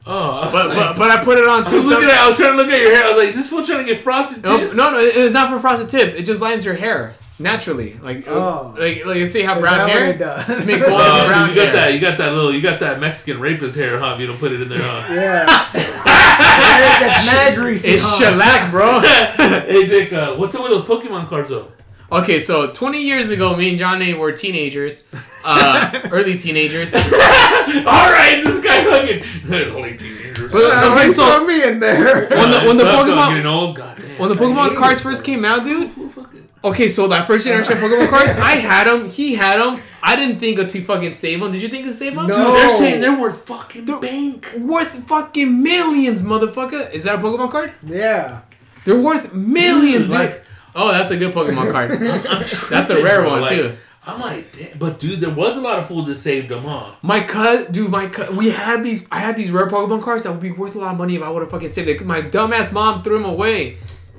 Oh, But but, but I put it on I too. was Some, looking at. I was trying to look at your hair. I was like, this one trying to get frosted no, tips. no, no, it- it's not for frosted tips. It just lines your hair naturally. Like Oh. like like you see how Is brown that hair. what it does? Make one- Oh, Brown dude, you got hair. that. You got that little. You got that Mexican rapist hair, huh? If you don't put it in there, huh? yeah. That gets mad greasy. It's huh? shellac, bro. hey, Dick. Uh, what's up with those Pokemon cards, though? Okay, so 20 years ago, me and Johnny were teenagers, uh, early teenagers. All right, this guy fucking holy teenagers. But- Yeah, Okay, you so- throw me in there. when the- when the Sucks, I'm Pokemon- getting old, goddamn. When the I Pokemon hate cards it. first came out, dude. Who fucking- Okay, so that first generation of Pokemon cards, I had them, he had them. I didn't think to fucking save them. Did you think to save them? No. they're saying they're worth fucking bank. Worth fucking millions, motherfucker. Is that a Pokemon card? Yeah. They're worth millions, dude. Like- oh, that's a good Pokemon card. that's a rare Bro, one, like, too. I'm like, damn. but dude, there was a lot of fools that saved them, huh? My cousin, dude, my cousin, we had these, I had these rare Pokemon cards that would be worth a lot of money if I would have fucking saved it. My dumbass mom threw them away.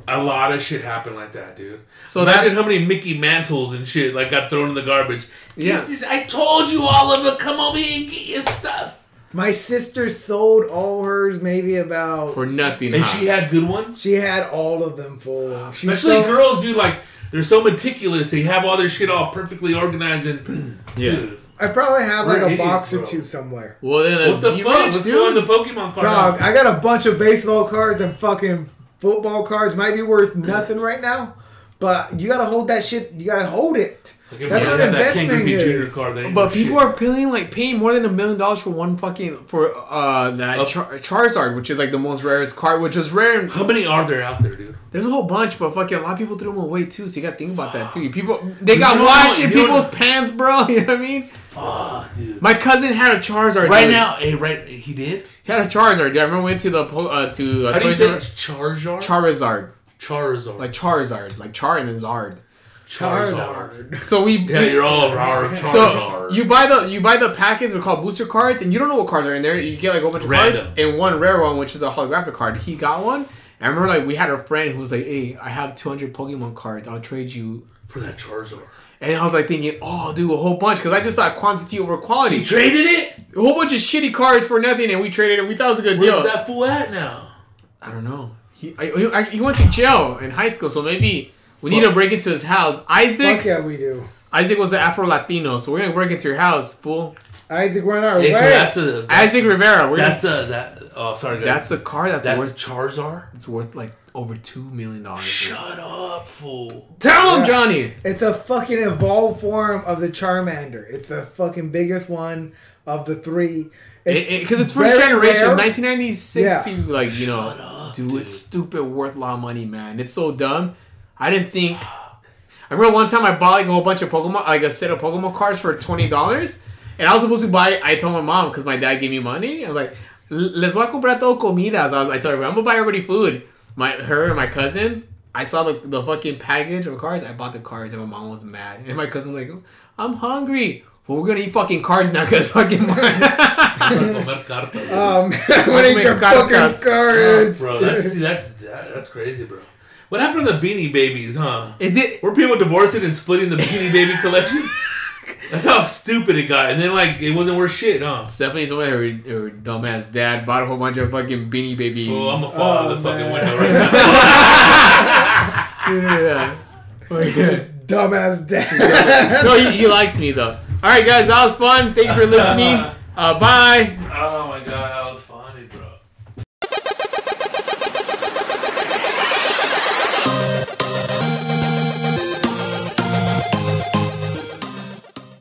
A lot of shit happened like that, dude. So Imagine that's. how many Mickey Mantles and shit like got thrown in the garbage. Yeah. Get this- I told you, Oliver, come over here and get your stuff. My sister sold all hers, maybe about. for nothing. And huh? she had good ones. she had all of them full. She Especially sold- girls, dude. Like they're so meticulous. They have all their shit all perfectly organized and. Dude, I probably have like We're a box idiots, or bro. two somewhere. Well, then, what the you fuck? rich, Let's go on dude. the Pokemon card. Dog, I got a bunch of baseball cards and fucking football cards. Might be worth nothing right now, but you gotta hold that shit. You gotta hold it. Fucking that's yeah, what I got that Ken investment Griffey is. Jr. card. That ain't But no people shit. are paying like paying more than a million dollars for one fucking for uh that Up. Char- Charizard, which is like the most rarest card, which is rare. in- How many are there out there, dude? There's a whole bunch, but fucking a lot of people threw them away too. So you gotta think about that too. People they You got know washed what? in You know people's what? pants, bro. You know what I mean? Fuck, dude. My cousin had a Charizard right dude. now, hey, right, he did. He had a Charizard. Dude. I remember we went to the po- uh, to uh, How do you Toys say R Charizard? Charizard, Charizard. like Charizard, like Char and then Zard. Charizard. So we. Yeah, you're all rar so Charizard. you buy the you buy the packets they're called booster cards and you don't know what cards are in there you get like a whole bunch of Random. cards and one rare one which is a holographic card he got one and I remember like we had a friend who was like hey I have 200 Pokemon cards I'll trade you for that Charizard. and I was like thinking oh dude a whole bunch because I just saw quantity over quality Traded it. a whole bunch of shitty cards for nothing and we traded it we thought it was a good Where's deal that fool at now? I don't know he I, he, I- he went to jail in high school so maybe we need to break into his house Isaac Fuck yeah, we do. Isaac was an Afro Latino so we're gonna break into your house fool Isaac, we're on our Hey, so way. that's a that, Isaac Rivera we're that's that's a that. Oh, sorry guys. that's a car that's, that's worth Charizard. It's worth like over two million dollars. Shut up, fool. Tell him, Yeah. Johnny. It's a fucking evolved form of the Charmander. It's the fucking biggest one of the three. Because it, 'cause it's first very generation, rare. 1996. Yeah. You like, you know, dude, it's stupid, worth a lot of money, man. It's so dumb. I didn't think. I remember one time I bought like a whole bunch of Pokemon, like a set of Pokemon cards for twenty dollars, and I was supposed to buy. I told my mom because my dad gave me money. I was like, "Les voy a comprar todo comidas." I was, I told her, "I'm gonna buy everybody food." My her and my cousins. I saw the, the fucking package of cards. I bought the cards, and my mom was mad. And my cousin was like, "I'm hungry." Well, we're gonna eat fucking cards now, cause fucking mine. Comer cartas. Um, what ain't your Cartas. fucking cards? bro, that's see, that's that, that's crazy, bro. What happened to the Beanie Babies, huh? it did. Were people divorcing and splitting the Beanie Baby collection? That's how stupid it got. And then like it wasn't worth shit, huh? Stephanie told me her, her dumbass dad bought a whole bunch of fucking beanie baby. Oh, I'm gonna fall out of the Oh, fucking man. window right now. yeah. Oh, yeah. Dumbass dad. no, he, he likes me though. All right, guys, that was fun. Thank you for listening. Uh, bye. oh my god, that was